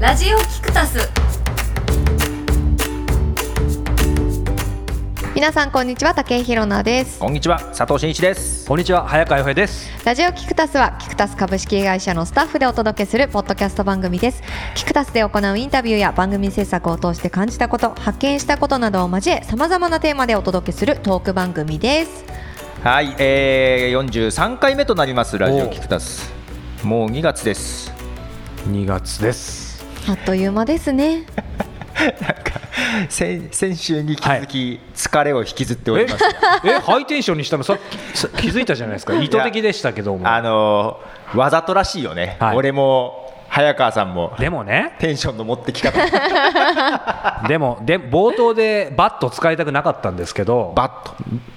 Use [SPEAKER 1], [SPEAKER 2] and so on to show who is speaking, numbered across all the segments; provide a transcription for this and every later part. [SPEAKER 1] ラジオキクタス
[SPEAKER 2] 皆さんこんにちは竹井ひろなです
[SPEAKER 3] こんにちは佐藤真一です。
[SPEAKER 4] こんにちは早川洋平です。
[SPEAKER 2] ラジオキクタスはキクタス株式会社のスタッフでお届けするポッドキャスト番組ですキクタスで行うインタビューや番組制作を通して感じたこと発見したことなどを交えさまざまなテーマでお届けするトーク番組です
[SPEAKER 3] はい、えー、43回目となりますラジオキクタス。もう2月です。
[SPEAKER 4] 2月です。
[SPEAKER 2] あっという間ですね
[SPEAKER 3] 先先週に引き続き疲れを引きずっております。
[SPEAKER 4] え、 ハイテンションにしたのさっきさ気づいたじゃないですか。意図的でしたけども。
[SPEAKER 3] あのーわざとらしいよね。
[SPEAKER 4] はい
[SPEAKER 3] 俺も早川さんも
[SPEAKER 4] でもね、
[SPEAKER 3] テンションの持ってき 方
[SPEAKER 4] でもで冒頭でバット使いたくなかったんですけど、
[SPEAKER 3] バッと。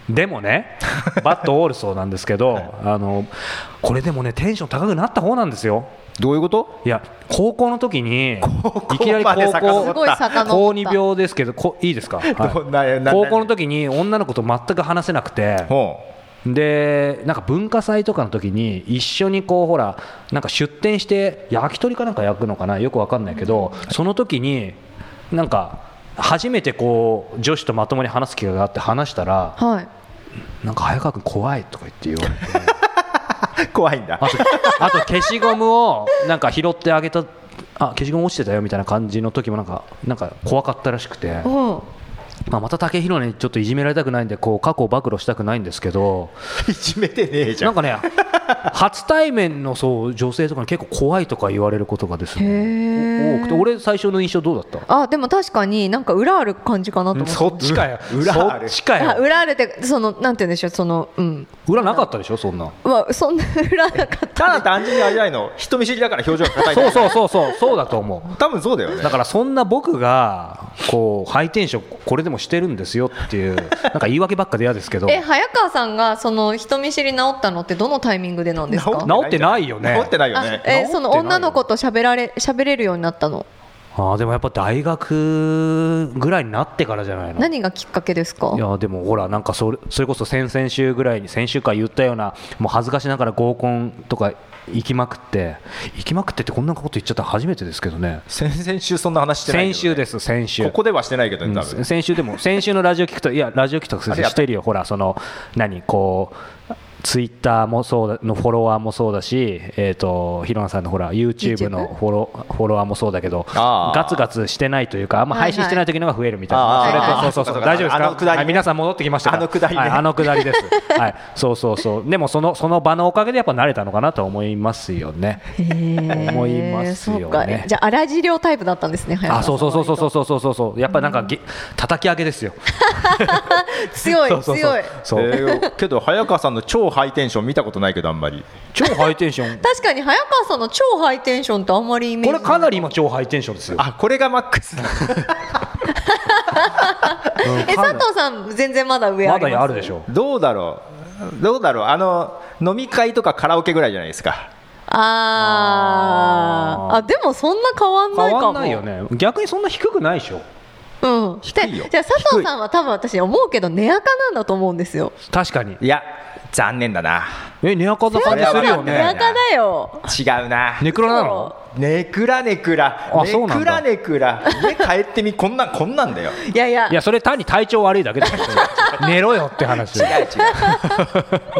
[SPEAKER 4] でもね、 バットオールソーなんですけど、あのこれでもねテンション高くなった方なんですよ。
[SPEAKER 3] どういうこと？
[SPEAKER 4] いや高校の時に
[SPEAKER 3] 校
[SPEAKER 4] いきなり
[SPEAKER 3] まで
[SPEAKER 2] す
[SPEAKER 3] 遡った
[SPEAKER 2] ごい遡った
[SPEAKER 4] 高二病ですけどこいいですか、はい
[SPEAKER 3] どんななな
[SPEAKER 4] 高校の時に女の子と全く話せなくて
[SPEAKER 3] ほ
[SPEAKER 4] でなんか文化祭とかの時に一緒にこうほらなんか出店して焼き鳥かなんか焼くのかなよくわかんないけど、その時になんか初めてこう女子とまともに話す機会があって話したら
[SPEAKER 2] はい
[SPEAKER 4] なんか早川君怖いとか言って言われて
[SPEAKER 3] う。怖いんだ
[SPEAKER 4] あ。とあと消しゴムをなんか拾ってあげたあ消しゴム落ちてたよみたいな感じの時もなんかなんか怖かったらしくて。
[SPEAKER 2] おう
[SPEAKER 4] まあ、また竹広にちょっといじめられたくないんでこう過去を暴露したくないんですけど
[SPEAKER 3] いじめてねえじゃ
[SPEAKER 4] な
[SPEAKER 3] ん。
[SPEAKER 4] んかね初対面のそう女性とかに結構怖いとか言われることがです
[SPEAKER 2] へ
[SPEAKER 4] ね
[SPEAKER 2] え
[SPEAKER 4] 多くて俺最初の印象どうだった
[SPEAKER 2] あでも確かになんか裏ある感じかなと思って
[SPEAKER 4] そっちかよ
[SPEAKER 3] 裏
[SPEAKER 4] そ
[SPEAKER 3] ある
[SPEAKER 4] っちか
[SPEAKER 2] あ
[SPEAKER 4] よ
[SPEAKER 2] 裏あるってそのなんて言うんでしょうそのうん
[SPEAKER 4] 裏なかったでしょそんな
[SPEAKER 2] うわそんな裏なかった
[SPEAKER 3] ただ単純にあれじゃないの。人見知りだから表情が硬いんだ。
[SPEAKER 4] そうそうそうそうそうだと思う
[SPEAKER 3] 多分そうだよね。
[SPEAKER 4] だからそんな僕がこうハイテンションこれでもしてるんですよっていうなんか言い訳ばっかで嫌ですけど
[SPEAKER 2] え早川さんがその人見知り治ったのってどのタイミングでなんですか
[SPEAKER 4] 治ってないよね
[SPEAKER 3] 治ってないよ
[SPEAKER 2] あ
[SPEAKER 3] ね。
[SPEAKER 2] え
[SPEAKER 4] 治ってないよ
[SPEAKER 2] その女の子と喋られ喋れるようになったの
[SPEAKER 4] あーでもやっぱ大学ぐらいになってからじゃないの
[SPEAKER 2] 何がきっかけですか
[SPEAKER 4] いやでもほらなんかそれそれこそ先々週ぐらいに先週か言ったようなもう恥ずかしながら合コンとか行きまくって行きまくってってこんなこと言っちゃったの初めてですけどね
[SPEAKER 3] 先々週そんな話してないけどね
[SPEAKER 4] 先週です先週
[SPEAKER 3] ここではしてないけど
[SPEAKER 4] う
[SPEAKER 3] ね、
[SPEAKER 4] ん
[SPEAKER 3] 多分。
[SPEAKER 4] 先週でも 先週のラジオ聞くといやラジオ聞くと
[SPEAKER 3] あれやった
[SPEAKER 4] してるよほらその何こうツイッターもそうだのフォロワーもそうだし、えー、とひろなさんのほら YouTube のフォロフォロワーもそうだけど
[SPEAKER 3] あー
[SPEAKER 4] ガツガツしてないというかあんま
[SPEAKER 2] はいはい
[SPEAKER 4] 配信してない時のが増えるみたいな、
[SPEAKER 2] ー
[SPEAKER 3] あ
[SPEAKER 4] それと
[SPEAKER 3] あー
[SPEAKER 4] そうそう
[SPEAKER 3] そ
[SPEAKER 4] そうう
[SPEAKER 3] かそうか
[SPEAKER 4] 大丈夫です
[SPEAKER 3] あの
[SPEAKER 4] か
[SPEAKER 3] くだりね
[SPEAKER 4] はい皆さん戻ってきましたか
[SPEAKER 3] あのくだりね
[SPEAKER 4] はい、あのくだりです、はい、そうそうそうでもそのその場のおかげでやっぱ慣れたのかなと思いますよね思いますよね
[SPEAKER 2] そうかじゃあ荒治療タイプだったんですね早
[SPEAKER 4] あ
[SPEAKER 2] 川さん
[SPEAKER 4] そうそうそうそう
[SPEAKER 2] う
[SPEAKER 4] そうそうそうそうやっぱなんかげ叩き上げですよ
[SPEAKER 2] 強い
[SPEAKER 4] そうそうそう
[SPEAKER 2] 強い
[SPEAKER 4] そう
[SPEAKER 3] えーけど早川さんの超ハイテンション見たことないけどあんまり
[SPEAKER 4] 超ハイテンシ ョン
[SPEAKER 2] 確かに早川さんの超ハイテンションってあんまりイメー
[SPEAKER 4] こ
[SPEAKER 2] ジ
[SPEAKER 4] れかなり今超ハイテンションですよ
[SPEAKER 3] あこれがマックスだ
[SPEAKER 4] うん
[SPEAKER 2] え
[SPEAKER 4] かな
[SPEAKER 2] 佐藤さん全然まだ上あ
[SPEAKER 4] ま
[SPEAKER 2] ります
[SPEAKER 4] だあるでしょ
[SPEAKER 3] どうだろうどうだろうあの飲み会とかカラオケぐらいじゃないですか
[SPEAKER 2] あーあでもそんな変わんないか
[SPEAKER 4] 変
[SPEAKER 2] も
[SPEAKER 4] わんないよね逆にそんな低くないでしょ
[SPEAKER 2] うん
[SPEAKER 3] 低いよ
[SPEAKER 2] でじゃあ佐藤さんは多分私思うけど寝垢なんだと思うんですよ
[SPEAKER 4] 確かに
[SPEAKER 3] いや残念だな
[SPEAKER 4] え寝垢な感じするよ
[SPEAKER 3] い
[SPEAKER 2] 寝
[SPEAKER 3] や
[SPEAKER 4] ね
[SPEAKER 2] 垢だよ
[SPEAKER 3] 違うな
[SPEAKER 4] ネクラなの
[SPEAKER 3] ネクラネクラ
[SPEAKER 4] あそう
[SPEAKER 3] ネ
[SPEAKER 4] なん
[SPEAKER 3] クラ
[SPEAKER 4] だ
[SPEAKER 3] ネクラ家帰ってみこんなんこんなんだよ
[SPEAKER 2] いやいや
[SPEAKER 4] いやそれ単に体調悪いだけだよそれ寝ろよって話
[SPEAKER 3] 違う違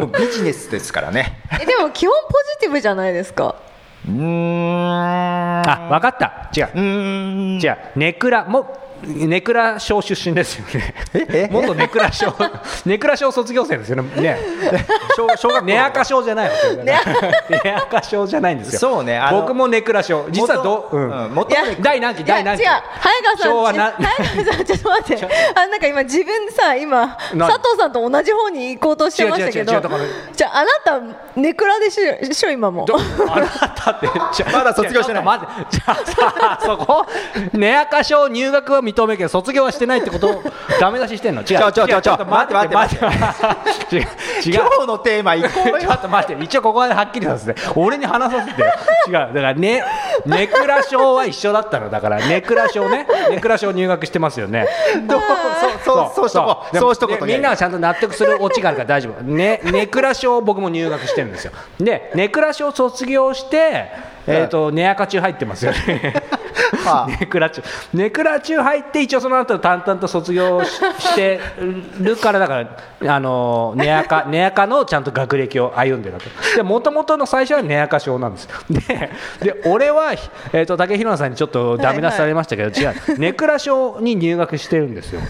[SPEAKER 3] う もうビジネスですからね
[SPEAKER 2] えでも基本ポジティブじゃないですか
[SPEAKER 3] うーん
[SPEAKER 4] あ分かった違
[SPEAKER 3] う
[SPEAKER 4] う
[SPEAKER 3] ーん
[SPEAKER 4] 違うネクラもネクラ小出身ですよ
[SPEAKER 3] ええ
[SPEAKER 4] ね元ネクラ小ネクラ小卒業生ですよねね小小学校ネアカ小じゃないわけだ ねネアカ小じゃないんですよ
[SPEAKER 3] そうねあの
[SPEAKER 4] 僕もネクラ小実はどう
[SPEAKER 3] 元うん元
[SPEAKER 2] いや
[SPEAKER 4] 第何期第何期
[SPEAKER 2] いや違う早川さん
[SPEAKER 4] 昭和な
[SPEAKER 2] ち早川さんちょっと待ってあなんか今自分さ今佐
[SPEAKER 4] 何
[SPEAKER 2] 藤さんと同じ方に行こうとしてましたけど
[SPEAKER 4] 違う違う違うだから
[SPEAKER 2] じゃああなたネクラでしょしょ今も
[SPEAKER 4] どあなたってじゃあ
[SPEAKER 3] まだ卒業してない
[SPEAKER 4] ちょっと待ってじゃあさあそこ根赤賞入学は認めるけど卒業はしてないってことをダメ出ししてんの違う
[SPEAKER 3] ちょちょ
[SPEAKER 4] 違う
[SPEAKER 3] ちょちょ
[SPEAKER 4] っと待って
[SPEAKER 3] 待
[SPEAKER 4] 待
[SPEAKER 3] っ
[SPEAKER 4] ってて待って違う違う
[SPEAKER 3] 今日のテーマいこう
[SPEAKER 4] ちょっと待って一応ここまではっきりさせて俺に話させてよ違うだか らねネクラ賞は一緒だったのだからネクラ賞ねネクラ賞入学してますよね
[SPEAKER 3] どうそうそうそうしとこう
[SPEAKER 4] でも
[SPEAKER 3] そうしとこうと
[SPEAKER 4] でみんなはちゃんと納得するオチがあるから 大丈夫ねネクラ賞僕も入学してるんですよでネクラ賞卒業してえっ、とネアカ中入ってますよね
[SPEAKER 3] はあ
[SPEAKER 4] ネクラ中ネクラ中入って一応その後淡々と卒業ししてるからだからあのネ アカネアカのちゃんと学歴を歩んでたとで元々の最初はネアカ症なんですよでで俺は、えー、と竹広菜さんにちょっとダメ出しされましたけど、違うネクラ症に入学してるんですよ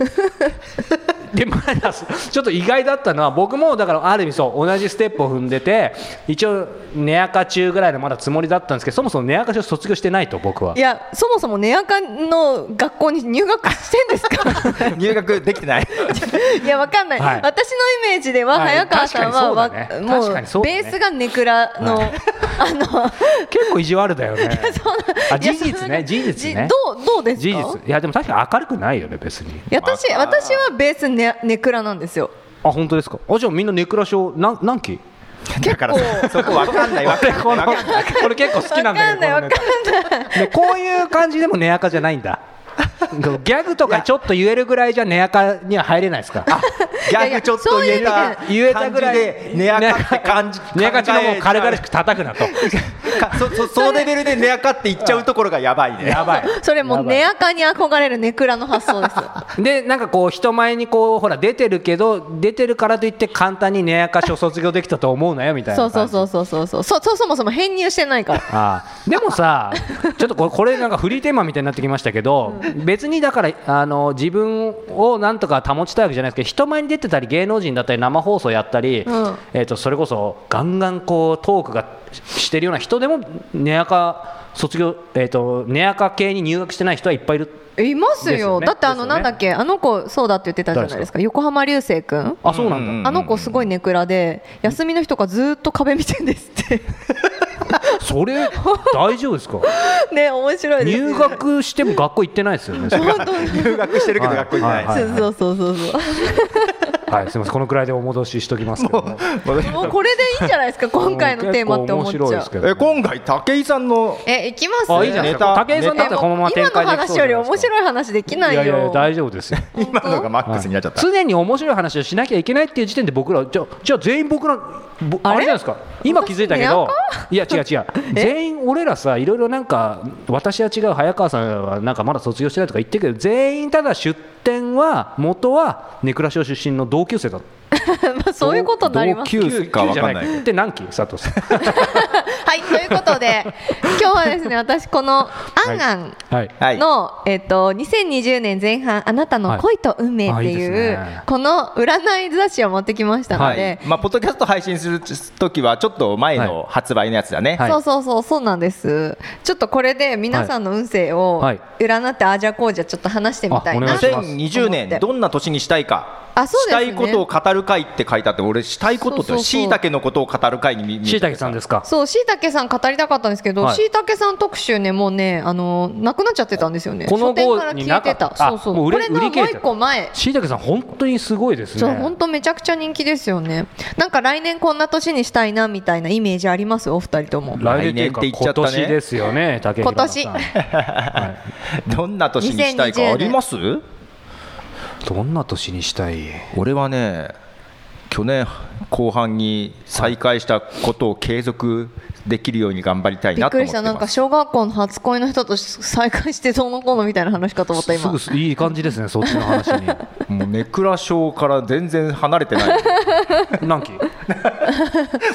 [SPEAKER 4] でまだちょっと意外だったのは僕もだからある意味そう同じステップを踏んでて一応寝垢中ぐらいのまだつもりだったんですけどそもそも寝垢中卒業してないと僕はい
[SPEAKER 2] やそもそもネアカの学校に入学してんです か
[SPEAKER 3] 入学できてない
[SPEAKER 2] いやわかんない、
[SPEAKER 4] はい
[SPEAKER 2] 私のイメージでは
[SPEAKER 4] はい
[SPEAKER 2] 早川さんは、
[SPEAKER 4] 確かにそうだね
[SPEAKER 2] わも
[SPEAKER 4] 確かにそうだね
[SPEAKER 2] ベースがネクラの、
[SPEAKER 4] は
[SPEAKER 2] あの
[SPEAKER 4] 結構意地悪だよねあ
[SPEAKER 2] いや
[SPEAKER 4] 事実
[SPEAKER 2] その
[SPEAKER 4] ね事実ね
[SPEAKER 2] どうどうですか
[SPEAKER 4] 事実いやでも確かに明るくないよね別に
[SPEAKER 2] いや私
[SPEAKER 3] まあ
[SPEAKER 2] 私はベースネネクラなんですよ
[SPEAKER 4] あ本当ですかあじゃあみんなネクラ症なん何期
[SPEAKER 3] だからさそこわかんないわかんない
[SPEAKER 4] このこれ結構好きなんだよ
[SPEAKER 2] わかんない
[SPEAKER 4] このネタねこういう感じでも寝垢じゃない んだギャグとかちょっと言えるぐらいじゃ寝垢には入れないですかあ
[SPEAKER 3] ギャグちょっと言えた
[SPEAKER 4] 言えたぐらい
[SPEAKER 3] 感じで寝垢って感じ
[SPEAKER 4] 寝垢ちのもう軽々し
[SPEAKER 3] く
[SPEAKER 4] く叩くなと
[SPEAKER 3] そそそのレベルで寝垢って言っちゃうところがやばいね
[SPEAKER 4] やばい
[SPEAKER 2] それもうネ
[SPEAKER 4] や
[SPEAKER 2] アカに憧れるネクラの発想です
[SPEAKER 4] ばい でなんかこう人前にこうほら出てるけど出てるからといって簡単に寝垢所卒業できたと思うなよみたい
[SPEAKER 2] そ
[SPEAKER 4] な感
[SPEAKER 2] う
[SPEAKER 4] じ
[SPEAKER 2] そうそうそうそうそうそうそもそも編入してないから
[SPEAKER 4] ああでもさちょっとこれこれなんかフリーテーマみたいになってきましたけど、別にだからあの自分をなんとか保ちたいわけじゃないですけど人前に出てたり芸能人だったり生放送やったり、
[SPEAKER 2] うん
[SPEAKER 4] えー、とそれこそガンガンこうトークがししてるような人でも寝垢卒業、えー、と寝垢系に入学してない人はいっぱいいる
[SPEAKER 2] えいますよ
[SPEAKER 4] ですよね
[SPEAKER 2] だってあの
[SPEAKER 4] ですよ
[SPEAKER 2] な
[SPEAKER 4] ね
[SPEAKER 2] んだっけ、あの子そうだって言ってたじゃないですか横浜流星くん
[SPEAKER 4] あそうなんだ、
[SPEAKER 3] うん
[SPEAKER 2] あの子すごいネクラで休みの日とかずっと壁見てんですって
[SPEAKER 4] それ大丈夫ですか
[SPEAKER 2] ね面白いです
[SPEAKER 4] 入学しても学校行ってないですよ ねそれは
[SPEAKER 3] 入学してるけど学校にない
[SPEAKER 4] は
[SPEAKER 2] そうそうそうそうそ
[SPEAKER 4] いすみませんこのくらいでお戻ししときますけども
[SPEAKER 2] うもうこれでいいんじゃないです か今回のテーマって思っち
[SPEAKER 4] 結構面白い
[SPEAKER 2] ゃ
[SPEAKER 4] ですけ
[SPEAKER 2] う
[SPEAKER 4] どね
[SPEAKER 3] え今回武井さんの
[SPEAKER 2] えいきます
[SPEAKER 4] あいいじゃないですか
[SPEAKER 3] ネタ
[SPEAKER 4] 武井さんだったらこのまま展
[SPEAKER 2] 今の
[SPEAKER 4] 開でき
[SPEAKER 2] 話
[SPEAKER 4] そう
[SPEAKER 2] より
[SPEAKER 4] じゃ
[SPEAKER 2] 面
[SPEAKER 4] ないですか
[SPEAKER 2] 白い話できないよ
[SPEAKER 4] いや いや大丈夫ですよ
[SPEAKER 3] 今のがマックスになっちゃった、
[SPEAKER 4] 常に面白い話をしなきゃいけないっていう時点で僕らじゃあじゃあ全員僕らぼあれじゃないですか今気づいたけどいや違う違う全員俺らさいろいろなんか私は違う早川さんはなんかまだ卒業してないとか言ってるけど全員ただ出店は元は根倉小出身の同級生だった
[SPEAKER 2] まあそういうことになります
[SPEAKER 4] 同級
[SPEAKER 3] 同級かわかんない
[SPEAKER 4] 同級じゃで何期佐藤さん
[SPEAKER 2] はいということ で今日はですね私この「あんあん」
[SPEAKER 4] はい
[SPEAKER 3] はい、
[SPEAKER 2] の、えっと2020年前半「あなたの恋と運命」っ
[SPEAKER 4] はい
[SPEAKER 2] て
[SPEAKER 4] あいいで
[SPEAKER 2] い
[SPEAKER 4] す
[SPEAKER 2] う、
[SPEAKER 4] ね
[SPEAKER 2] この占い雑誌を持ってきましたので、
[SPEAKER 3] まあ、ポッドキャスト配信する時はちょっと前の発売のやつだね、
[SPEAKER 4] はい
[SPEAKER 2] そうそうそうそうなんですちょっとこれで皆さんの運勢を
[SPEAKER 4] はい
[SPEAKER 2] 占って、ああじゃこうじゃちょっと話してみたい
[SPEAKER 4] あ
[SPEAKER 2] な
[SPEAKER 4] お願いします
[SPEAKER 3] 2020年どんな年にしたいか
[SPEAKER 2] あそうですね
[SPEAKER 3] したいことを語る会って書いてあって俺したいことっ
[SPEAKER 2] そう
[SPEAKER 3] て
[SPEAKER 2] そうそう
[SPEAKER 3] しいたけのことを語る会に見見え
[SPEAKER 4] 椎
[SPEAKER 3] ちゃっ
[SPEAKER 4] 茸
[SPEAKER 3] て
[SPEAKER 4] さんですか
[SPEAKER 2] そうしいたけさん語りたかったんですけど、
[SPEAKER 4] はい
[SPEAKER 2] しいたけさん特集ねもうねあのなくなっちゃってたんですよね
[SPEAKER 4] この
[SPEAKER 2] 書店から
[SPEAKER 4] 号に
[SPEAKER 2] 消
[SPEAKER 4] な
[SPEAKER 2] え
[SPEAKER 4] か
[SPEAKER 2] て
[SPEAKER 4] った
[SPEAKER 2] たそうそう
[SPEAKER 4] あもう
[SPEAKER 2] こ
[SPEAKER 4] 売
[SPEAKER 2] れ
[SPEAKER 4] れ売
[SPEAKER 2] の
[SPEAKER 4] り切
[SPEAKER 2] もう
[SPEAKER 4] れち
[SPEAKER 2] 一
[SPEAKER 4] ゃった
[SPEAKER 2] 個前
[SPEAKER 4] 椎茸さん本当にすごいですね
[SPEAKER 2] そう本当めちゃくちゃ人気ですよねなんか来年こんな年にしたいなみたいなイメージありますお二人とも
[SPEAKER 4] 来年
[SPEAKER 3] 来年
[SPEAKER 4] って
[SPEAKER 3] って
[SPEAKER 4] い
[SPEAKER 3] 言
[SPEAKER 4] うか
[SPEAKER 3] っちゃ
[SPEAKER 4] 今
[SPEAKER 3] ったね
[SPEAKER 4] 年ですよね、竹
[SPEAKER 2] 今年
[SPEAKER 4] 平さんはい
[SPEAKER 3] どんな年にしたいかあります
[SPEAKER 4] どんな年にしたい
[SPEAKER 3] 俺はね去年後半に再開したことを継続できるように頑張りたい
[SPEAKER 2] びっ
[SPEAKER 3] なと
[SPEAKER 2] く
[SPEAKER 3] 思
[SPEAKER 2] り
[SPEAKER 3] っ
[SPEAKER 2] して
[SPEAKER 3] ま
[SPEAKER 2] たな
[SPEAKER 3] す
[SPEAKER 2] んか小学校の初恋の人と再会してどうのこうのみたいな話かと思った今
[SPEAKER 4] すぐいい感じですね、そっちの話 に。
[SPEAKER 3] もうネクラ賞から全然離れてない
[SPEAKER 4] 何期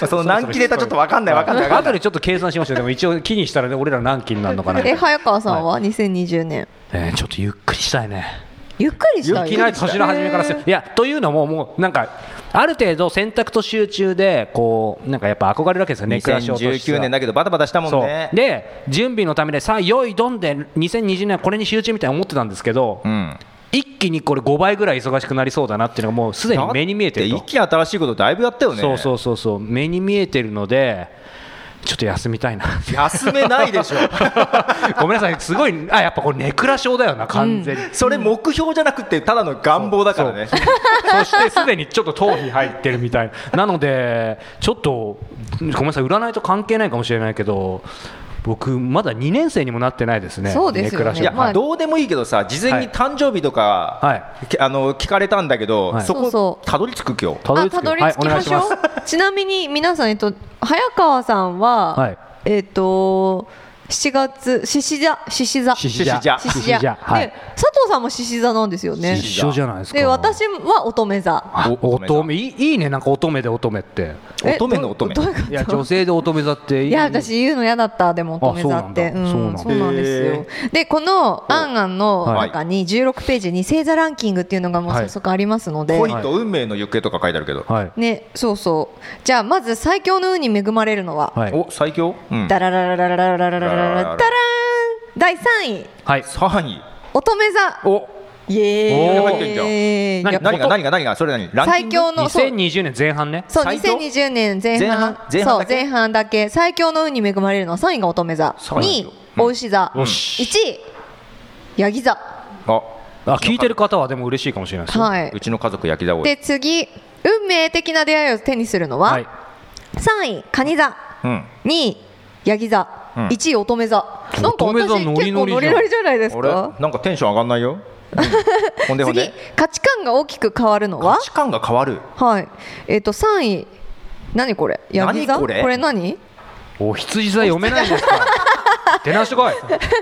[SPEAKER 3] その何期出たちょっと分かんない分かんない分かん
[SPEAKER 4] 後
[SPEAKER 3] ない
[SPEAKER 4] でちょっと計算しましょう、でも一応、期にしたらね、俺ら何期になるのかな。
[SPEAKER 2] え早川さんは、2020年
[SPEAKER 4] えーちょっとゆっくりしたいね。
[SPEAKER 2] ゆっくりした
[SPEAKER 4] い
[SPEAKER 2] い
[SPEAKER 4] きなり年の初めからする。いやというのも、もうなんか、ある程度、選択と集中で、こうなんかやっぱ憧れるわけですよね、クラシオとして
[SPEAKER 3] 2019
[SPEAKER 4] は
[SPEAKER 3] 年だけどバタバタしたもん
[SPEAKER 4] そう
[SPEAKER 3] ね
[SPEAKER 4] で準備のためでさあよいどんで2020年はこれに集中みたいに思ってたんですけど、
[SPEAKER 3] うん
[SPEAKER 4] 一気にこれ5倍ぐらい忙しくなりそうだなっていうのがもうすでに目に見えてる
[SPEAKER 3] だ
[SPEAKER 4] と
[SPEAKER 3] っ一気に新しいことだいぶやったよね
[SPEAKER 4] そうそうそうそう目に見えてるのでちょっと休みたいな
[SPEAKER 3] 休めないでし ょ
[SPEAKER 4] ごめんなさいすごいあやっぱこれネクラ症だよな完全に、
[SPEAKER 3] それ目標じゃなくてただの願望だからね
[SPEAKER 4] そうそしてすでにちょっと頭皮入ってるみたいななのでちょっとごめんなさい占いと関係ないかもしれないけど僕まだ2年生にもなってないですね
[SPEAKER 2] そうですよね
[SPEAKER 4] ネクラ症
[SPEAKER 3] いや、
[SPEAKER 2] まあ
[SPEAKER 3] どうでもいいけどさ事前に誕生日とか、
[SPEAKER 4] はい
[SPEAKER 3] けあの聞かれたんだけど、
[SPEAKER 4] はい
[SPEAKER 3] そ
[SPEAKER 2] そうそ
[SPEAKER 3] こ
[SPEAKER 2] う
[SPEAKER 3] たどり着く今日
[SPEAKER 4] た
[SPEAKER 2] あたどり着きましょう、ちなみに皆さん、えっと、早川さんは、
[SPEAKER 4] はい
[SPEAKER 2] えっと7月獅子座獅子座
[SPEAKER 3] 獅子座
[SPEAKER 2] 獅子
[SPEAKER 4] 獅子
[SPEAKER 2] 座
[SPEAKER 4] 座はい
[SPEAKER 2] で佐藤さんも獅子座なんですよね
[SPEAKER 4] 一緒じゃないですか
[SPEAKER 2] で私は乙女座
[SPEAKER 4] あ
[SPEAKER 3] お
[SPEAKER 4] 乙女いいいいねなんか乙女で乙女って
[SPEAKER 2] え
[SPEAKER 3] 乙女の乙女
[SPEAKER 2] どどういうこと
[SPEAKER 4] いや女性で乙女座っていい
[SPEAKER 2] いや私言うの嫌だったでも乙女座って
[SPEAKER 4] あそうなんだそう
[SPEAKER 2] そ
[SPEAKER 4] なんだ
[SPEAKER 2] うなんですよでこの「あんあん」の
[SPEAKER 4] はい
[SPEAKER 2] 中に16ページに星座ランキングっていうのがもう
[SPEAKER 4] はい
[SPEAKER 2] 早速ありますので、
[SPEAKER 3] 恋と運命の行方とか書いてあるけど、
[SPEAKER 4] はい
[SPEAKER 2] ねそうそうじゃあまず最強の運に恵まれるのは、
[SPEAKER 4] はい
[SPEAKER 3] お最強、うん、
[SPEAKER 2] ダラララララララララララダラーン第3位
[SPEAKER 4] はい
[SPEAKER 3] 3位
[SPEAKER 2] 乙女座
[SPEAKER 4] お
[SPEAKER 2] イエ
[SPEAKER 3] おー入ってんじゃん
[SPEAKER 2] ーイ
[SPEAKER 4] 何
[SPEAKER 2] やっぱ
[SPEAKER 3] 何が何が何がそれ何ランキ
[SPEAKER 2] 最
[SPEAKER 3] ング
[SPEAKER 2] 強のそう
[SPEAKER 4] 2020年前半ね
[SPEAKER 2] そう
[SPEAKER 3] 最強
[SPEAKER 2] 2020年前半
[SPEAKER 3] 前半前半
[SPEAKER 2] そう
[SPEAKER 3] だけ
[SPEAKER 2] 前半だけ最強の運に恵まれるのは3位が乙女座
[SPEAKER 3] そう
[SPEAKER 2] 2
[SPEAKER 3] なんだ
[SPEAKER 2] 位お牛座
[SPEAKER 4] よ
[SPEAKER 2] 1
[SPEAKER 4] し
[SPEAKER 2] 位ヤギ座
[SPEAKER 3] あ
[SPEAKER 4] あ聞いてる方はでも嬉しいかもしれないですよ
[SPEAKER 2] は
[SPEAKER 3] う
[SPEAKER 2] い
[SPEAKER 3] ちの家族焼きだおい
[SPEAKER 2] で次運命的な出会いを手にするの
[SPEAKER 4] は
[SPEAKER 2] はい3位カニ座
[SPEAKER 3] うん
[SPEAKER 2] 2位ヤギ座
[SPEAKER 3] うん
[SPEAKER 2] 1位乙女座なんか
[SPEAKER 4] 乙女座
[SPEAKER 2] 私
[SPEAKER 4] ノリ
[SPEAKER 2] 結構
[SPEAKER 4] ノリじゃん
[SPEAKER 2] ノリノリじゃないです
[SPEAKER 3] あれ
[SPEAKER 2] か
[SPEAKER 3] なんかテンション上がんないよ、 うんほんでほん
[SPEAKER 2] 次
[SPEAKER 3] で
[SPEAKER 2] 価値観が大きく変わるのは
[SPEAKER 3] 価値観が変 わる
[SPEAKER 2] はいえっと3位何これヤギ座
[SPEAKER 3] 何これ
[SPEAKER 2] 何
[SPEAKER 4] お羊座読めないんです か出直してこい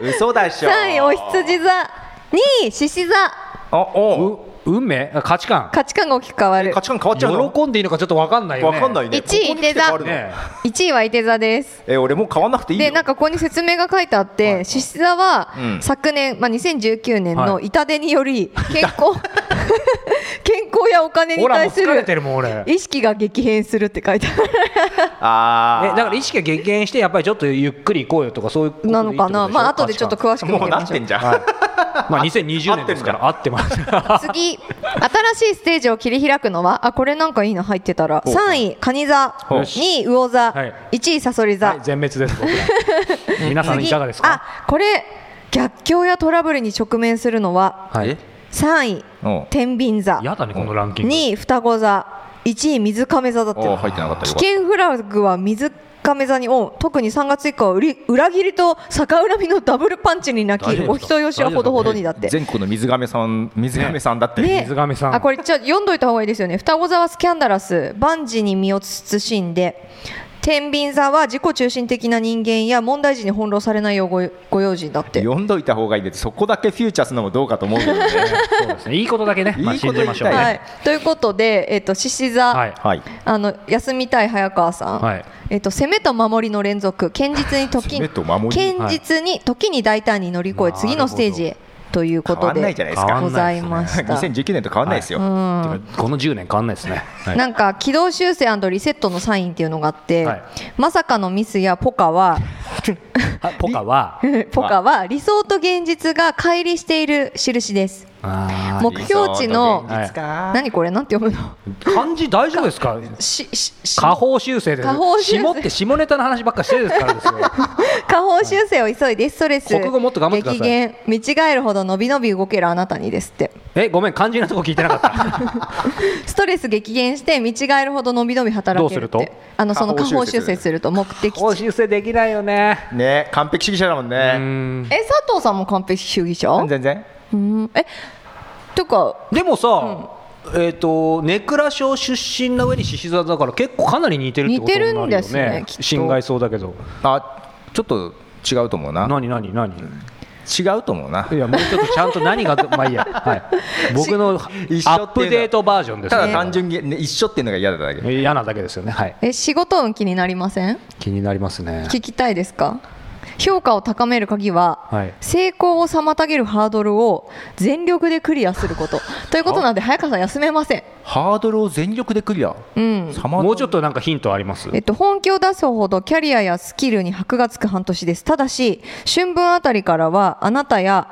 [SPEAKER 3] 嘘だっしょ
[SPEAKER 2] 3位お羊座2位獅子座
[SPEAKER 3] あおう
[SPEAKER 4] う運命あ価値観
[SPEAKER 2] 価値観が大きく変わる
[SPEAKER 3] 価値観変わっちゃうの
[SPEAKER 4] 喜んでいいのかちょっと分かんないよね
[SPEAKER 3] わかんないね
[SPEAKER 2] 1位
[SPEAKER 3] ここに来て変わるの
[SPEAKER 4] ね
[SPEAKER 2] 1位は伊手座です
[SPEAKER 3] え俺もう変わんなくていいよ
[SPEAKER 2] でなんかここに説明が書いてあって獅子座は
[SPEAKER 3] うん
[SPEAKER 2] 昨年、まあ、2019年の
[SPEAKER 4] はい
[SPEAKER 2] 痛手により健康 健康やお金に
[SPEAKER 4] ほらもう
[SPEAKER 2] 対す
[SPEAKER 4] 疲れて
[SPEAKER 2] る
[SPEAKER 4] るもん俺え
[SPEAKER 2] 意識が激変するって書いてある
[SPEAKER 3] あー
[SPEAKER 4] だから意識が激減してやっぱりちょっとゆっくり行こうよとかそういうことでいい
[SPEAKER 2] な
[SPEAKER 4] って
[SPEAKER 2] の
[SPEAKER 4] こと
[SPEAKER 2] か
[SPEAKER 4] で
[SPEAKER 2] な、
[SPEAKER 4] しょ
[SPEAKER 2] まあ後でちょっと詳しく見て
[SPEAKER 3] もう
[SPEAKER 2] み
[SPEAKER 3] な
[SPEAKER 2] ま
[SPEAKER 3] っ
[SPEAKER 2] しょ
[SPEAKER 3] て。
[SPEAKER 2] うん
[SPEAKER 3] じゃん、
[SPEAKER 4] まあ2020年ですから合ってます
[SPEAKER 2] 次、新しいステージを切り開くのは、あ、これなんかいいの入ってたら、
[SPEAKER 3] お
[SPEAKER 2] 3位、カニ座、
[SPEAKER 3] お
[SPEAKER 2] 2位、魚座、
[SPEAKER 4] はい
[SPEAKER 2] 1位、サソリ座。
[SPEAKER 4] はい全滅です僕 ら皆さんいかがですか
[SPEAKER 2] あ、これ、逆境やトラブルに直面するのは、
[SPEAKER 4] はい
[SPEAKER 3] え
[SPEAKER 2] 3位、
[SPEAKER 3] おう
[SPEAKER 2] 天秤座、
[SPEAKER 4] やだねこのランキング
[SPEAKER 2] 2位、双子座、1位、水亀座だって。
[SPEAKER 3] おう入ってなかった
[SPEAKER 2] 危
[SPEAKER 3] よかっ
[SPEAKER 2] 険フラグは水亀座にオン特に3月以降は売り裏切りと逆恨みのダブルパンチに泣
[SPEAKER 4] 大
[SPEAKER 2] き
[SPEAKER 4] 丈夫
[SPEAKER 2] お人よしはほどほどにだったて
[SPEAKER 3] 全国の水亀さん水亀さんだって、
[SPEAKER 2] ね
[SPEAKER 4] 水亀さん
[SPEAKER 2] あこれちょっと読んどいた方がいいですよね双子座はスキャンダラス万事に身を慎んで天秤座は自己中心的な人間や問題児に翻弄されないようごご用心だって
[SPEAKER 3] 読んどいた方がいいですそこだけフューチャーするのもどうかと思うけ どね
[SPEAKER 4] そうですねいいことだけね
[SPEAKER 3] いいこと
[SPEAKER 4] まあ信じましょう
[SPEAKER 3] 言いた
[SPEAKER 2] は
[SPEAKER 4] ね
[SPEAKER 2] い、ということで、えっと獅子座、
[SPEAKER 4] はい
[SPEAKER 3] はい
[SPEAKER 2] あの休みたい早川さん、
[SPEAKER 4] はい
[SPEAKER 2] えっと攻めと守りの連続堅実に時
[SPEAKER 3] 攻めと守り
[SPEAKER 2] 堅実に時に大胆に乗り越え、
[SPEAKER 4] はい
[SPEAKER 2] 次のステージへというこ
[SPEAKER 3] 変
[SPEAKER 2] と
[SPEAKER 3] わん
[SPEAKER 2] で
[SPEAKER 3] ないじゃないです
[SPEAKER 4] 変
[SPEAKER 3] か
[SPEAKER 4] わ
[SPEAKER 2] ご
[SPEAKER 4] んな
[SPEAKER 2] ざ
[SPEAKER 4] いで
[SPEAKER 2] い
[SPEAKER 4] すね
[SPEAKER 2] ました。
[SPEAKER 3] 2019年と変わんないですよ、
[SPEAKER 2] うん
[SPEAKER 4] てかこの10年変わんないですねはい
[SPEAKER 2] なんか軌道修正リセットのサインっていうのがあって、
[SPEAKER 4] はい
[SPEAKER 2] まさかのミスやポカ は
[SPEAKER 4] あポカは
[SPEAKER 2] ポカは理想と現実が乖離している印です
[SPEAKER 4] あー
[SPEAKER 2] 目標値の
[SPEAKER 3] 理想と現実か
[SPEAKER 2] 何これなんて読むの
[SPEAKER 4] 漢字大丈夫ですか
[SPEAKER 2] ししし
[SPEAKER 4] 下方修正です
[SPEAKER 2] 下方修正
[SPEAKER 4] 下って下ネタの話ばっかしてるですか らですよ
[SPEAKER 2] 下方修正を急いでストレス
[SPEAKER 4] 国語もっと頑張ってください
[SPEAKER 2] 激減見違えるほど伸び伸び動けるあなたにですって
[SPEAKER 4] えごめん漢字のとこ聞いてな かった
[SPEAKER 2] ストレス激減して見違えるほど伸び伸び働けるって
[SPEAKER 4] どうすると
[SPEAKER 2] あのその
[SPEAKER 3] 下
[SPEAKER 2] 下
[SPEAKER 3] 方
[SPEAKER 2] 方
[SPEAKER 3] 修正
[SPEAKER 2] 修正すると目的
[SPEAKER 4] 下方
[SPEAKER 2] 地
[SPEAKER 4] 修正できないよね
[SPEAKER 3] ね完璧主義者だもん
[SPEAKER 4] う
[SPEAKER 3] ね
[SPEAKER 4] ん
[SPEAKER 2] え佐藤さんも完璧主義者
[SPEAKER 3] 全然
[SPEAKER 2] うんえとか
[SPEAKER 4] でもさ、えっ、と根倉小出身な上に獅子座だから結構かなり似てるってことになるよ
[SPEAKER 2] 似てるん
[SPEAKER 4] ね
[SPEAKER 2] ですねきっと
[SPEAKER 4] 心外そうだけど
[SPEAKER 3] あちょっと違うと思うな
[SPEAKER 4] 何何何
[SPEAKER 3] 違うと思うない
[SPEAKER 4] やもうちょっとちゃんと 何がまあいいや、はい、僕のア
[SPEAKER 3] 一緒っていうのは
[SPEAKER 4] ップデートバージョンです
[SPEAKER 3] た
[SPEAKER 4] ね
[SPEAKER 3] だ単純に、ね、一緒っていうのが嫌だだけ
[SPEAKER 4] 嫌なだけですよねはい
[SPEAKER 2] え仕事運気になりません
[SPEAKER 4] 気になりますね
[SPEAKER 2] 聞きたいですか評価を高める鍵は、
[SPEAKER 4] はい
[SPEAKER 2] 成功を妨げるハードルを全力でクリアすることということなので早川さん休めません、
[SPEAKER 3] ハードルを全力でクリア
[SPEAKER 2] うん
[SPEAKER 4] もうちょっ
[SPEAKER 3] と
[SPEAKER 4] となんかヒントあります
[SPEAKER 2] えっと、本気を出すほどキャリアやスキルに箔がつく半年ですただし春分あたりからはあなたや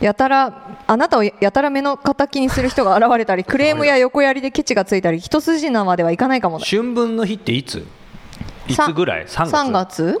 [SPEAKER 2] やたらあなたをやたら目の敵にする人が現れ たりクレームや横やりでケチがついたり一筋縄ではいかないかもな
[SPEAKER 4] 春分の日っていつい
[SPEAKER 2] さ
[SPEAKER 4] つぐらい3月
[SPEAKER 2] 3月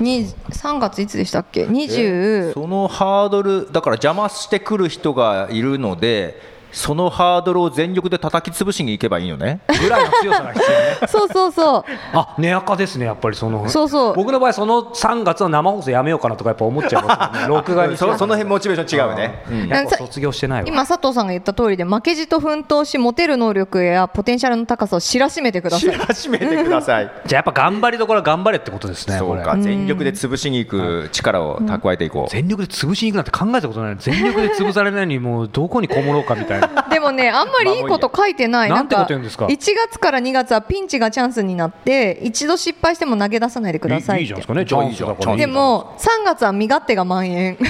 [SPEAKER 2] に3月いつでしたっけ20
[SPEAKER 3] そのハードルだから邪魔してくる人がいるのでそのハードルを全力で叩き潰しに行けばいいよね。
[SPEAKER 4] ぐらいの強さが必要ね
[SPEAKER 2] そうそうそう
[SPEAKER 4] あ根垢ですねやっぱりその
[SPEAKER 2] そうそう
[SPEAKER 4] 僕の場合その3月の生放送やめようかなとかやっぱ思っちゃいます もんね録画に
[SPEAKER 3] そその辺モチベーション違うね。うん
[SPEAKER 4] やっぱ卒業してないわ
[SPEAKER 2] 今佐藤さんが言った通りで負けじと奮闘しモテる能力やポテンシャルの高さを知らしめてくださ
[SPEAKER 3] 知
[SPEAKER 2] い
[SPEAKER 3] らしめてください。
[SPEAKER 4] じゃあやっぱ頑張りどころは頑張れってことですね
[SPEAKER 3] そ
[SPEAKER 4] こ
[SPEAKER 3] う
[SPEAKER 4] れ
[SPEAKER 3] か、全力で潰しに行く力を蓄えていこう。
[SPEAKER 4] 全力で潰しに行くなんて考えたことない全力で潰されないのにもうどこにこもろうかみたいな
[SPEAKER 2] でもね、あんまりいいこと書いてない。
[SPEAKER 4] なんてこと言うんですか
[SPEAKER 2] 1月から2月はピンチがチャンスになって、一度失敗しても投げ出さない でくださ
[SPEAKER 4] い
[SPEAKER 2] い
[SPEAKER 4] い
[SPEAKER 2] っ
[SPEAKER 4] じ
[SPEAKER 2] て
[SPEAKER 4] ゃないです。かねチャンスだから
[SPEAKER 2] でも、3月は身勝手が蔓延。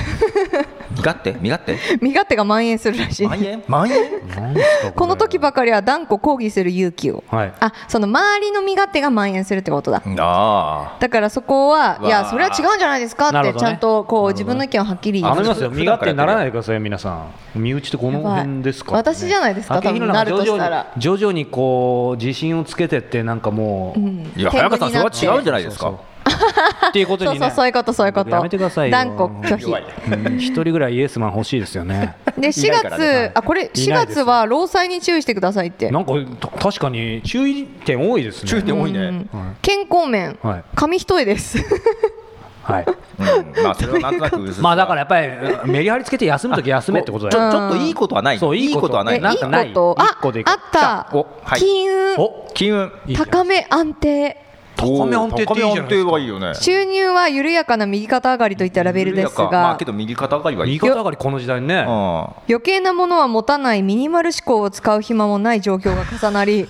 [SPEAKER 3] 身勝手身勝手
[SPEAKER 2] 身勝手が蔓延するらしい。
[SPEAKER 3] 蔓延蔓延
[SPEAKER 4] なんですかれ
[SPEAKER 2] この時ばかりは断固抗議する勇気を。
[SPEAKER 4] はい
[SPEAKER 2] あ、その周りの身勝手が蔓延するってことだ。
[SPEAKER 3] あ
[SPEAKER 2] だからそこは、
[SPEAKER 3] わあ
[SPEAKER 2] いや、それは違うんじゃないですか
[SPEAKER 4] な
[SPEAKER 2] っ
[SPEAKER 4] る
[SPEAKER 2] て、
[SPEAKER 4] ほど
[SPEAKER 2] ち
[SPEAKER 4] ね
[SPEAKER 2] ゃんとこう、
[SPEAKER 4] なるほどね
[SPEAKER 2] 自分の意見をはっきり言
[SPEAKER 4] 頼
[SPEAKER 2] う
[SPEAKER 4] みますよ
[SPEAKER 3] 普
[SPEAKER 4] 身
[SPEAKER 3] 段
[SPEAKER 4] 勝
[SPEAKER 3] からやって
[SPEAKER 4] 手
[SPEAKER 3] る
[SPEAKER 4] にならないでください皆さん身内ってこの辺ですか、
[SPEAKER 2] やばい私じゃないですか
[SPEAKER 4] 明宏ん
[SPEAKER 2] 多分なるとしたら
[SPEAKER 4] 徐々に徐々にこう自信をつけてってなんかもう、
[SPEAKER 2] うん
[SPEAKER 3] いや
[SPEAKER 2] 天狗
[SPEAKER 3] 早川さん
[SPEAKER 2] になって
[SPEAKER 3] それは違うんじゃないですか
[SPEAKER 4] そうそうっていうこと
[SPEAKER 2] そう
[SPEAKER 4] にね
[SPEAKER 2] そう、そういうこと、そういうこと。
[SPEAKER 4] やめてくださいよ
[SPEAKER 2] 断固拒否
[SPEAKER 3] 弱い。
[SPEAKER 4] うん一人ぐらいイエスマン欲しいですよね
[SPEAKER 2] で
[SPEAKER 3] い
[SPEAKER 2] 4
[SPEAKER 3] な
[SPEAKER 2] 月
[SPEAKER 3] いからね
[SPEAKER 2] あこれ
[SPEAKER 4] い
[SPEAKER 2] 4
[SPEAKER 4] ないです
[SPEAKER 2] 月は労災に注意してくださいって
[SPEAKER 4] なんかた確かに注意点多いですね
[SPEAKER 3] 注意点多い
[SPEAKER 2] うん
[SPEAKER 3] ね。
[SPEAKER 4] は
[SPEAKER 2] 健康面、
[SPEAKER 4] はい
[SPEAKER 2] 紙一重です
[SPEAKER 4] はい
[SPEAKER 3] うん まあそれはなんとなく。
[SPEAKER 4] まあだからやっぱりメリハリつけて休むとき休めってこと
[SPEAKER 3] ち
[SPEAKER 4] だ
[SPEAKER 3] ょ
[SPEAKER 4] よ
[SPEAKER 3] ちょっといいことはない。
[SPEAKER 4] そういいこと
[SPEAKER 3] はな
[SPEAKER 2] え
[SPEAKER 3] い。
[SPEAKER 4] ねなんかない
[SPEAKER 2] いいこと
[SPEAKER 4] 一
[SPEAKER 2] あ
[SPEAKER 4] 個でいい
[SPEAKER 2] あった
[SPEAKER 3] おはい
[SPEAKER 2] 金運
[SPEAKER 4] お
[SPEAKER 3] 金運。
[SPEAKER 4] いいじゃん
[SPEAKER 2] 高め安定
[SPEAKER 4] 高め安定っていいじゃないですか
[SPEAKER 3] 高め安定はいいよね。
[SPEAKER 2] 収入は緩やかな右肩上がりといったラベルです
[SPEAKER 3] 緩やかまあ
[SPEAKER 2] が
[SPEAKER 3] けど右肩上がりはいい。
[SPEAKER 4] 右肩上がりこの時代に
[SPEAKER 3] う
[SPEAKER 4] ね
[SPEAKER 3] ん
[SPEAKER 2] 余計なものは持たないミニマル思考を使う暇もない状況が重な り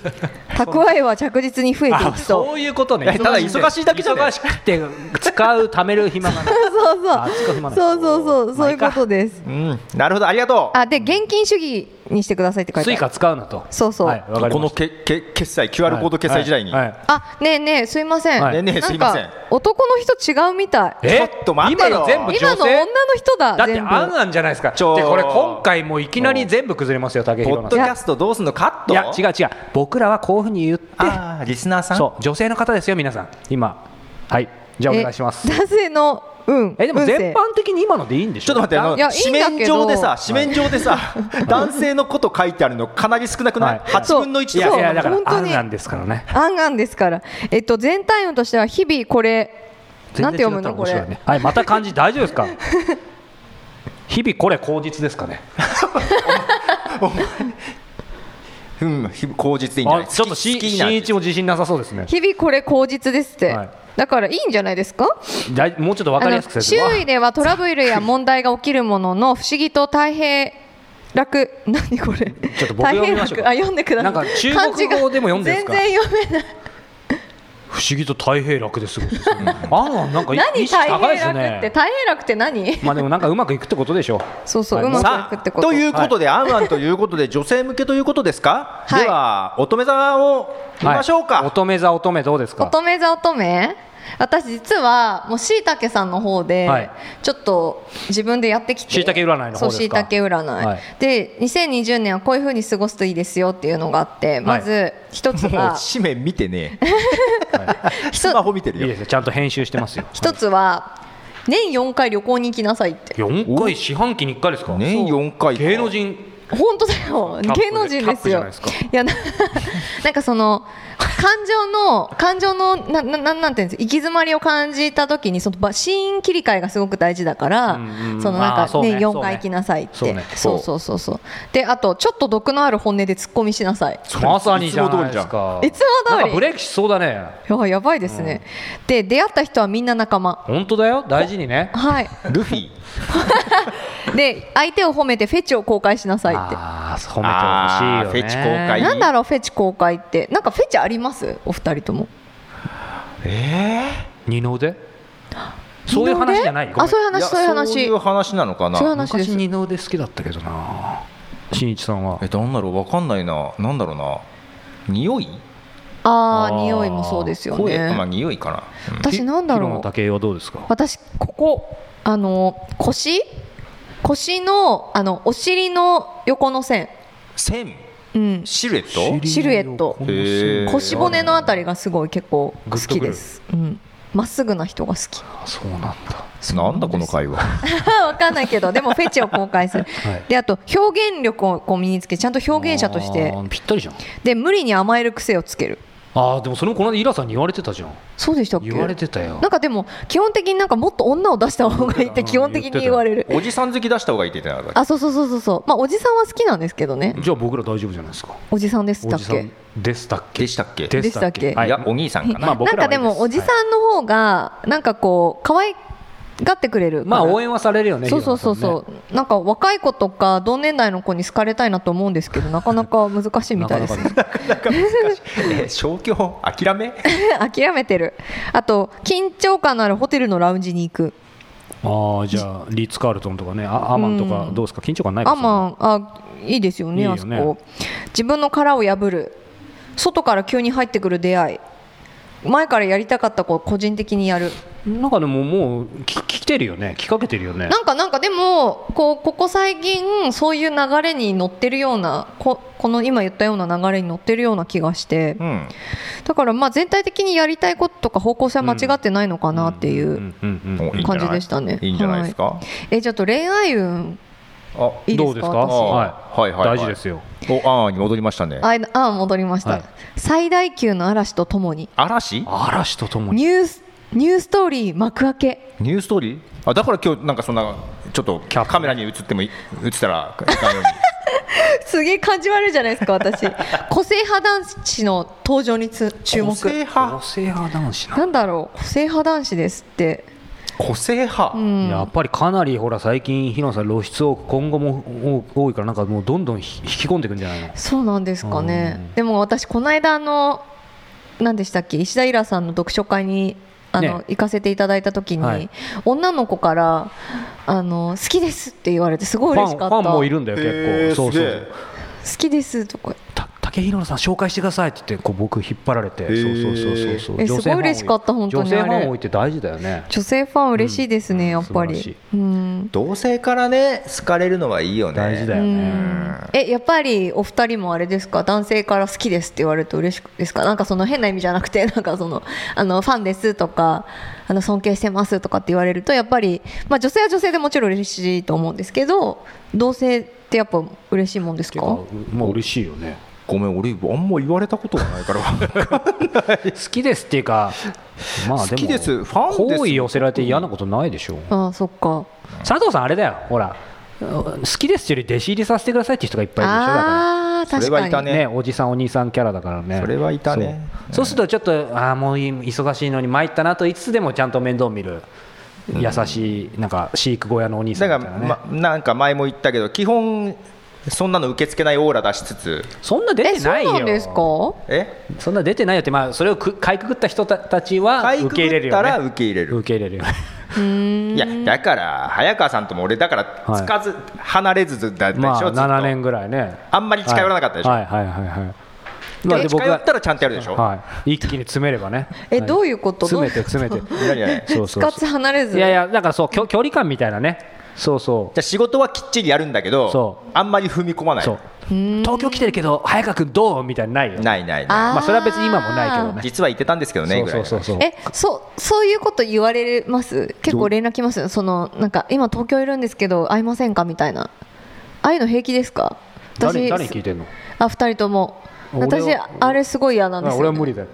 [SPEAKER 2] 蓄えは着実に増えていく
[SPEAKER 4] あ
[SPEAKER 2] と
[SPEAKER 4] そういうことね
[SPEAKER 3] えただ忙しいだけじゃね
[SPEAKER 4] 忙しくて使う貯める暇がない
[SPEAKER 2] そう
[SPEAKER 4] あ使う暇ない
[SPEAKER 2] そうそうそうそういう
[SPEAKER 4] まあ
[SPEAKER 2] こ
[SPEAKER 4] いいか
[SPEAKER 2] とです
[SPEAKER 3] うん、なるほど、ありがとう。
[SPEAKER 2] あで現金主義にしてくださいって書い
[SPEAKER 4] ス
[SPEAKER 2] て
[SPEAKER 4] イ
[SPEAKER 2] ある
[SPEAKER 4] カ使うなと
[SPEAKER 2] そうそう
[SPEAKER 4] はいわかり
[SPEAKER 3] こ
[SPEAKER 4] ま
[SPEAKER 3] の
[SPEAKER 4] し
[SPEAKER 3] けけ決済、
[SPEAKER 4] た
[SPEAKER 3] QR コード決済時代に。
[SPEAKER 4] はいはい
[SPEAKER 2] あねえねえすいません、
[SPEAKER 4] はいねえ
[SPEAKER 3] ねえすいません
[SPEAKER 2] なんか男の人違うみたい
[SPEAKER 4] え
[SPEAKER 3] ちょっと待ってよ
[SPEAKER 4] 今の全部女性
[SPEAKER 2] 今の女の人だ
[SPEAKER 4] だって
[SPEAKER 2] 全部
[SPEAKER 4] あんあんじゃないですか
[SPEAKER 3] ちょ
[SPEAKER 4] でこれ今回もういきなり全部崩れますよ竹
[SPEAKER 3] ポ
[SPEAKER 4] 広
[SPEAKER 3] ッ
[SPEAKER 4] な
[SPEAKER 3] ド
[SPEAKER 4] ん
[SPEAKER 3] キ
[SPEAKER 4] い
[SPEAKER 3] ャストどうすんのカット
[SPEAKER 4] や違う違う僕らはこういうふうに言って
[SPEAKER 3] あーリスナーさん
[SPEAKER 4] そう女性の方ですよ皆さん今はいじゃあお願いします
[SPEAKER 2] え男性の運
[SPEAKER 4] えでも
[SPEAKER 2] 運勢
[SPEAKER 4] 全般的に今のでいいんでし
[SPEAKER 3] ちょ
[SPEAKER 4] ょ
[SPEAKER 3] っと待って、あの
[SPEAKER 2] いやいいん
[SPEAKER 3] 紙
[SPEAKER 2] だけど
[SPEAKER 3] 面上でさ、紙面上 でさ、男性のこと書いてあるの、かなり少なくない、
[SPEAKER 4] はい
[SPEAKER 3] 8分の1
[SPEAKER 4] い
[SPEAKER 3] とか
[SPEAKER 4] やいや
[SPEAKER 2] そう
[SPEAKER 4] だから
[SPEAKER 2] 本当
[SPEAKER 4] あん
[SPEAKER 2] に
[SPEAKER 4] なんですからね
[SPEAKER 2] あんあんですからえっと全体運としては日々これなんて読むのこ
[SPEAKER 4] 全然違ったら面白い
[SPEAKER 2] れ
[SPEAKER 4] ねはいまた漢字大丈夫ですか 日々これ口実ですかね
[SPEAKER 3] うん、ひ口実でいいんじゃない
[SPEAKER 4] あちょっとし新一も自信なさそうですね
[SPEAKER 2] 日々これ口実ですって、
[SPEAKER 4] はい
[SPEAKER 2] だからいいんじゃないですか
[SPEAKER 4] だいもうちょっと分かりやすく
[SPEAKER 2] あの
[SPEAKER 4] 説明
[SPEAKER 2] 周囲ではトラブルや問題が起きるものの不思議と大変楽何これ
[SPEAKER 4] ちょっと僕読みましょう
[SPEAKER 2] 大変
[SPEAKER 4] か
[SPEAKER 2] 楽あ読んでください
[SPEAKER 4] なんか中国語でも読んでるんですか
[SPEAKER 2] 漢字が全然読めない
[SPEAKER 4] 不思議と太平楽ですごいで すねあんあんなんか意
[SPEAKER 2] 何
[SPEAKER 4] 識高
[SPEAKER 2] 大
[SPEAKER 4] いです
[SPEAKER 2] 変楽って
[SPEAKER 4] ね
[SPEAKER 2] 大変楽って何
[SPEAKER 4] まあでもなんかうまくいくってこと でしょう
[SPEAKER 2] そうそう
[SPEAKER 4] はいう
[SPEAKER 2] ま
[SPEAKER 3] さ
[SPEAKER 2] くいくって
[SPEAKER 3] あ
[SPEAKER 2] こと
[SPEAKER 3] ということで、あんあんということで、女性向けということですか、
[SPEAKER 2] はい
[SPEAKER 3] では、乙女座を見ましょう
[SPEAKER 4] はい
[SPEAKER 3] か、
[SPEAKER 4] 乙女座乙女どうですか
[SPEAKER 2] 乙女座乙女私実はもうしいたけさんの方で、
[SPEAKER 4] はい
[SPEAKER 2] ちょっと自分でやってきて
[SPEAKER 4] 椎茸占いの方ですか
[SPEAKER 2] そうしいたけ占い、
[SPEAKER 4] はい
[SPEAKER 2] で2020年はこういうふうに過ごすといいですよっていうのがあってまず一つ
[SPEAKER 3] も
[SPEAKER 2] は
[SPEAKER 3] う紙面見てね、
[SPEAKER 2] ひ
[SPEAKER 3] スマ
[SPEAKER 2] と
[SPEAKER 3] ホ見てる
[SPEAKER 4] いい
[SPEAKER 3] よ
[SPEAKER 4] で。すよちゃんと編集してま すよ
[SPEAKER 2] 一つは年4回旅行に行きなさいって
[SPEAKER 4] 4回四半期に1回ですか
[SPEAKER 3] 年4回か
[SPEAKER 4] 芸能人
[SPEAKER 2] 本当だよ
[SPEAKER 4] タップで
[SPEAKER 2] 芸能人ですよ
[SPEAKER 4] タップじゃないですか
[SPEAKER 2] やななんかその感情の感情のななななんていうんです行き詰まりを感じた時にそのばシーン切り替えがすごく大事だから
[SPEAKER 4] うんうん
[SPEAKER 2] その
[SPEAKER 4] あ
[SPEAKER 2] な
[SPEAKER 4] ー
[SPEAKER 2] んか
[SPEAKER 4] そうね
[SPEAKER 2] ね4
[SPEAKER 4] そうね
[SPEAKER 2] 回行きなさいって
[SPEAKER 4] そうね
[SPEAKER 2] そうそうそうそうであとちょっと毒のある本音で突っ込みしなさい
[SPEAKER 4] まさにじゃないですか
[SPEAKER 2] いつも通り
[SPEAKER 4] なんかブレーキしそうだね
[SPEAKER 2] いややばいですねで出会った人はみんな仲間
[SPEAKER 4] 本当だよ大事にね
[SPEAKER 2] はい
[SPEAKER 3] ルフィ
[SPEAKER 2] で相手を褒めてフェチを公開しなさいって
[SPEAKER 4] ああ褒めてほ
[SPEAKER 3] あーフ
[SPEAKER 4] しいよね
[SPEAKER 3] ェチ公開
[SPEAKER 2] なんだろうフェチ公開ってなんかフェチありますお二人とも
[SPEAKER 3] え
[SPEAKER 4] 二の腕そういう話じゃないごめん
[SPEAKER 2] あそういう
[SPEAKER 3] ー
[SPEAKER 2] 話そういう話
[SPEAKER 3] そういう話なのかな
[SPEAKER 2] そういう話です
[SPEAKER 4] 昔二の腕好きだったけどな新一さんは
[SPEAKER 3] えなんだろうわかんないななんだろうな匂い
[SPEAKER 2] あ
[SPEAKER 4] あ
[SPEAKER 2] あ
[SPEAKER 4] ー
[SPEAKER 2] 匂いもそうですよ
[SPEAKER 3] 声まあ
[SPEAKER 2] ね
[SPEAKER 3] 匂いかな、うん
[SPEAKER 2] 私なんだ
[SPEAKER 4] ヒロ
[SPEAKER 2] ろ
[SPEAKER 4] の
[SPEAKER 2] う
[SPEAKER 4] 竹井はどうですか
[SPEAKER 2] 私ここあの腰腰のあのお尻の横の線
[SPEAKER 3] 線
[SPEAKER 2] うん
[SPEAKER 3] シルエット
[SPEAKER 2] シルエット
[SPEAKER 3] へー
[SPEAKER 2] 腰骨のあたりがすごい結構好きです、うん、まっすぐな人が好き
[SPEAKER 4] あそうなんだ
[SPEAKER 3] なんだこの会話
[SPEAKER 2] わかんないけどでもフェチを公開する、
[SPEAKER 4] はい
[SPEAKER 2] であと表現力をこう身につけちゃんと表現者として
[SPEAKER 4] あーぴったりじゃん
[SPEAKER 2] で無理に甘える癖をつける
[SPEAKER 4] あーでもそれもこの間イラさんに言われてたじゃん
[SPEAKER 2] そうでしたっけ
[SPEAKER 4] 言われてたよ
[SPEAKER 2] なんかでも基本的になんかもっと女を出した方がいいって基本的に言われる
[SPEAKER 3] おじさん好き出した方がいいって言ってなかっ
[SPEAKER 2] あそうそうそうそうそうまあおじさんは好きなんですけどね
[SPEAKER 4] じゃあ僕ら大丈夫じゃないですか
[SPEAKER 2] おじさんでした
[SPEAKER 4] お
[SPEAKER 2] っ
[SPEAKER 4] じさ
[SPEAKER 2] け
[SPEAKER 4] んでしたったけ
[SPEAKER 3] でしたっけ
[SPEAKER 4] でしたっ
[SPEAKER 2] で
[SPEAKER 4] け
[SPEAKER 2] したっけ
[SPEAKER 3] いやお兄さんかな、
[SPEAKER 4] まあ僕
[SPEAKER 2] なん
[SPEAKER 4] ら
[SPEAKER 2] か
[SPEAKER 4] はいい
[SPEAKER 2] でもおじさ
[SPEAKER 4] はい
[SPEAKER 2] んの方がなんかこう可愛がってくれるから
[SPEAKER 4] まあ応援はされるよね
[SPEAKER 2] そうそうそう
[SPEAKER 4] 平野さんね
[SPEAKER 2] そうなんか若い子とか同年代の子に好かれたいなと思うんですけどなかなか難しいみたいです
[SPEAKER 4] なかなか
[SPEAKER 3] え 消去法諦め
[SPEAKER 2] 諦めてるあと緊張感のあるホテルのラウンジに行く
[SPEAKER 4] ああじゃあリッツ・カールトンとかねあアマンとか
[SPEAKER 2] うん
[SPEAKER 4] どうですか緊張感ないです
[SPEAKER 2] ア
[SPEAKER 4] か
[SPEAKER 2] マンあいいですよね
[SPEAKER 4] いいよ
[SPEAKER 2] あそ
[SPEAKER 4] ね
[SPEAKER 2] こ自分の殻を破る外から急に入ってくる出会い前からやりたかった子を個人的にやる
[SPEAKER 4] なんかでももうき来てるよね来かけてるよね
[SPEAKER 2] なんかなんかでもこうここ最近そういう流れに乗ってるようなここの今言ったような流れに乗ってるような気がして
[SPEAKER 3] うん
[SPEAKER 2] だからまあ全体的にやりたいこととか方向性は間違ってないのかなっていう、
[SPEAKER 4] んうんうん
[SPEAKER 3] おいいんじゃない
[SPEAKER 2] 感じでしたね
[SPEAKER 3] いいんじゃないですか、
[SPEAKER 2] えちょっと恋愛運
[SPEAKER 3] あ
[SPEAKER 2] いいですか
[SPEAKER 4] どうですか
[SPEAKER 2] 私
[SPEAKER 3] はいはいはいはい
[SPEAKER 4] 大事ですよ
[SPEAKER 3] おああに戻りましたね
[SPEAKER 2] あいあ戻りました、
[SPEAKER 4] はい
[SPEAKER 2] 最大級の嵐とともに
[SPEAKER 3] 嵐
[SPEAKER 4] 嵐ととも
[SPEAKER 2] ニ
[SPEAKER 4] に
[SPEAKER 2] ュースニューストーリー幕開け
[SPEAKER 3] ニューストーリーあだから今日なんかそんなちょっと
[SPEAKER 4] キャップ
[SPEAKER 3] カメラに映ってもい映ったらいかんように
[SPEAKER 2] すげえ感じ悪いじゃないですか私個性派男子の登場につ注
[SPEAKER 3] 個
[SPEAKER 2] 目
[SPEAKER 3] 性
[SPEAKER 4] 女
[SPEAKER 3] 派
[SPEAKER 4] 性派男子な
[SPEAKER 2] なんだろう個性派男子ですって
[SPEAKER 3] 個性派、
[SPEAKER 2] うん
[SPEAKER 4] やっぱりかなりほら最近日野さん露出多く今後も多多いからなんかもうどんどんひ引き込んでいくんじゃないの
[SPEAKER 2] そうなんですかね、
[SPEAKER 4] うん
[SPEAKER 2] でも私この間あの何でしたっけ石田イラさんの読書会にあの、
[SPEAKER 4] ね
[SPEAKER 2] 行かせていただいた時に、
[SPEAKER 4] はい
[SPEAKER 2] 女の子からあの「好きです」って言われてすごい
[SPEAKER 4] ファ
[SPEAKER 2] 嬉
[SPEAKER 4] ン
[SPEAKER 2] し
[SPEAKER 4] フ
[SPEAKER 2] かった
[SPEAKER 4] ァンもいるんだよ結構、
[SPEAKER 3] えー
[SPEAKER 4] そうそ
[SPEAKER 3] すげえ
[SPEAKER 4] う
[SPEAKER 2] 好きですとか
[SPEAKER 4] た竹ひろさん紹介してくださいって言ってこう僕引っ張られて、
[SPEAKER 3] ー
[SPEAKER 4] そうそうそうそう
[SPEAKER 2] え
[SPEAKER 4] 女性
[SPEAKER 2] すごい嬉しかった
[SPEAKER 4] ファン
[SPEAKER 2] 本
[SPEAKER 4] 多い
[SPEAKER 2] 当に
[SPEAKER 4] 女性
[SPEAKER 2] あれ
[SPEAKER 4] ファン多いって大事だよね
[SPEAKER 2] 女性ファン嬉しいですね、
[SPEAKER 4] うん
[SPEAKER 2] やっぱ
[SPEAKER 4] 素晴ら
[SPEAKER 2] り
[SPEAKER 4] し
[SPEAKER 2] うん
[SPEAKER 3] 同性からね好かれるのはいいよね
[SPEAKER 4] 大事だよ
[SPEAKER 2] う
[SPEAKER 4] ね、
[SPEAKER 2] んえやっぱりお二人もあれですか男性から好きですって言われると嬉しくですかなんかその変な意味じゃなくて なんかそのあのファンですとかあの尊敬してますとかって言われるとやっぱり、まあ、女性は女性でもちろん嬉しいと思うんですけど同性ってやっぱ嬉しいもんです
[SPEAKER 4] て
[SPEAKER 2] か
[SPEAKER 4] かまあ嬉しいよね
[SPEAKER 3] ごめん俺あんま言われたことがないから
[SPEAKER 4] 好きですっていうかまあ
[SPEAKER 3] 好
[SPEAKER 4] でも
[SPEAKER 3] きですファンです
[SPEAKER 4] 好意寄せられて嫌なことないでしょ
[SPEAKER 2] ああそっか
[SPEAKER 4] 佐藤さんあれだよほら好きですより弟子入りさせてくださいって人がいっぱいいるでしょだから
[SPEAKER 2] ああ
[SPEAKER 3] それ
[SPEAKER 2] 確
[SPEAKER 3] はい
[SPEAKER 2] か
[SPEAKER 3] た
[SPEAKER 2] に
[SPEAKER 3] ね
[SPEAKER 4] ねおじさんお兄さんキャラだからね
[SPEAKER 3] それはいたね
[SPEAKER 4] そうそうするとちょっとああもう忙しいのに参ったなと言いつつでもちゃんと面倒見る優しいなんか飼育小屋のお兄さ
[SPEAKER 3] だ
[SPEAKER 4] ん
[SPEAKER 3] か
[SPEAKER 4] み
[SPEAKER 3] ら、
[SPEAKER 4] たいな
[SPEAKER 3] ま、
[SPEAKER 4] ね、
[SPEAKER 3] なんか前も言ったけど基本そんなの受け付けないオーラ出しつつ
[SPEAKER 4] そんな出
[SPEAKER 2] え
[SPEAKER 4] て
[SPEAKER 2] そう
[SPEAKER 4] ないよ
[SPEAKER 2] なんですか
[SPEAKER 3] え
[SPEAKER 4] そんな出てないよって、まあ、それをくかいくぐった人たたちは
[SPEAKER 3] かい
[SPEAKER 4] 受
[SPEAKER 3] く
[SPEAKER 4] け入れ
[SPEAKER 3] ぐ
[SPEAKER 4] る
[SPEAKER 3] った
[SPEAKER 4] よ
[SPEAKER 3] ら
[SPEAKER 4] ね
[SPEAKER 3] 受け入れる、
[SPEAKER 4] 受け入れるよ ね
[SPEAKER 3] いやだから早川さんとも俺だから
[SPEAKER 4] はい
[SPEAKER 3] つかず、離れずだったでしょ、
[SPEAKER 4] まあ
[SPEAKER 3] ずっと
[SPEAKER 4] 7年ぐらいね
[SPEAKER 3] あんまり近寄らなかったでしょ
[SPEAKER 4] はいはいはいはいはい
[SPEAKER 3] で
[SPEAKER 4] まあで
[SPEAKER 3] 近
[SPEAKER 4] 僕
[SPEAKER 3] 寄
[SPEAKER 4] は
[SPEAKER 3] ったらちゃんとやるでしょ、
[SPEAKER 4] はい、一気に詰めればね
[SPEAKER 2] え
[SPEAKER 4] はい
[SPEAKER 2] どういうこと
[SPEAKER 4] 詰めて詰めて
[SPEAKER 3] 何々じゃ
[SPEAKER 4] そう
[SPEAKER 2] つ
[SPEAKER 4] そう
[SPEAKER 2] か
[SPEAKER 4] そ
[SPEAKER 2] つ離れ
[SPEAKER 4] う
[SPEAKER 2] ず
[SPEAKER 4] いやいやだからそうきょ距離感みたいなねそうそう
[SPEAKER 3] あ仕事はきっちりやるんだけど
[SPEAKER 4] そ
[SPEAKER 3] あんまり踏み込まない
[SPEAKER 4] そう東京来てるけど早川君どうみたいなのないよ
[SPEAKER 3] ないない
[SPEAKER 2] あ
[SPEAKER 3] な
[SPEAKER 4] まあそれは別に今もないけど
[SPEAKER 3] い
[SPEAKER 4] ね
[SPEAKER 3] 実は言ってたんですけどねぐら
[SPEAKER 4] そ
[SPEAKER 3] いう
[SPEAKER 4] そうそうそう
[SPEAKER 2] えそうそういうこと言われます結構連絡来ますそのなんか今東京いるんですけど会いませんかみたいなああいうの平気ですか
[SPEAKER 4] 誰誰に聞いてんの
[SPEAKER 2] あ二人とも
[SPEAKER 4] 俺は
[SPEAKER 2] 私あれすごい嫌なんですよ、ね、
[SPEAKER 4] 俺は無理だよ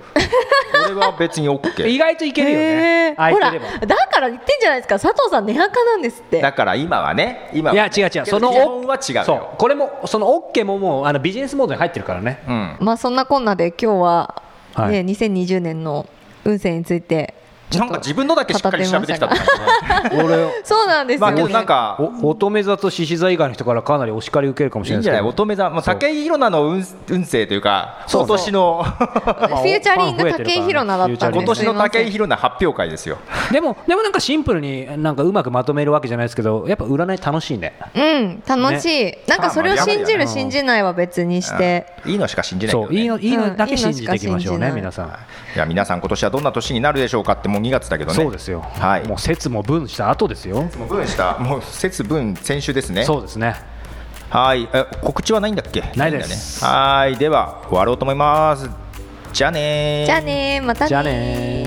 [SPEAKER 3] 俺 は別に OK
[SPEAKER 4] 意外といけるよ
[SPEAKER 2] へ
[SPEAKER 4] ね
[SPEAKER 2] ー
[SPEAKER 4] 空い
[SPEAKER 2] ほ
[SPEAKER 4] て
[SPEAKER 2] ら
[SPEAKER 4] れば
[SPEAKER 2] だから言ってんじゃないですか佐藤さん根垢なんですって
[SPEAKER 3] だから今はね今はい
[SPEAKER 4] や
[SPEAKER 3] ね
[SPEAKER 4] 違う違うその
[SPEAKER 3] 基本は違うよ
[SPEAKER 4] そうこれもその OK ももうあのビジネスモードに入ってるからね
[SPEAKER 3] うん
[SPEAKER 2] まあそんなこんなで今日は、ね
[SPEAKER 4] はい
[SPEAKER 2] 2020年の運勢について
[SPEAKER 3] なんか自分のだけしっかり調べてきたって感
[SPEAKER 4] 俺
[SPEAKER 2] そうなんです
[SPEAKER 3] じ
[SPEAKER 2] よ
[SPEAKER 3] まあ
[SPEAKER 2] ね、
[SPEAKER 3] けどなんか
[SPEAKER 4] お乙女座と獅子座以外の人からかなりお叱り受けるかもし
[SPEAKER 3] いい
[SPEAKER 4] れ
[SPEAKER 3] ん
[SPEAKER 4] ない
[SPEAKER 3] じ
[SPEAKER 4] で
[SPEAKER 3] ゃ
[SPEAKER 4] す
[SPEAKER 3] ない
[SPEAKER 4] けど
[SPEAKER 3] 乙女座もう武井宏奈の運運勢というか
[SPEAKER 2] そう
[SPEAKER 3] 今年
[SPEAKER 2] フ
[SPEAKER 3] の
[SPEAKER 2] ューチャリング武井宏奈だったんで
[SPEAKER 3] 今
[SPEAKER 2] す
[SPEAKER 3] 年
[SPEAKER 2] すい
[SPEAKER 3] の武井
[SPEAKER 2] ません
[SPEAKER 3] 宏奈発表会ですよ
[SPEAKER 4] でもでもなんかシンプルになんかうまくまとめるわけじゃないですけどやっぱ占い楽しいね
[SPEAKER 2] うん楽しい、なんかそれを信じ
[SPEAKER 3] まあ
[SPEAKER 2] る
[SPEAKER 4] まあ
[SPEAKER 2] 信じないは別にして、
[SPEAKER 3] いいのしか信じないけ
[SPEAKER 4] そ
[SPEAKER 3] ど
[SPEAKER 4] ういい
[SPEAKER 3] ね
[SPEAKER 4] のいいのだけ信じていきましょうね
[SPEAKER 2] うんいいの
[SPEAKER 4] 皆
[SPEAKER 2] し
[SPEAKER 4] さん
[SPEAKER 3] いや皆さん今年はどんな年になるでしょうかってもう2月だけどね
[SPEAKER 4] そうですよ、
[SPEAKER 3] はい
[SPEAKER 4] もう節も分した後ですよ、
[SPEAKER 3] もう分したもう節分先週ですね
[SPEAKER 4] そうですね、
[SPEAKER 3] はいえ告知はないんだっけ
[SPEAKER 4] ないです
[SPEAKER 3] ないんだねはいでは終わろうと思いますじゃあねー
[SPEAKER 2] じゃあねまたね
[SPEAKER 4] じゃあねー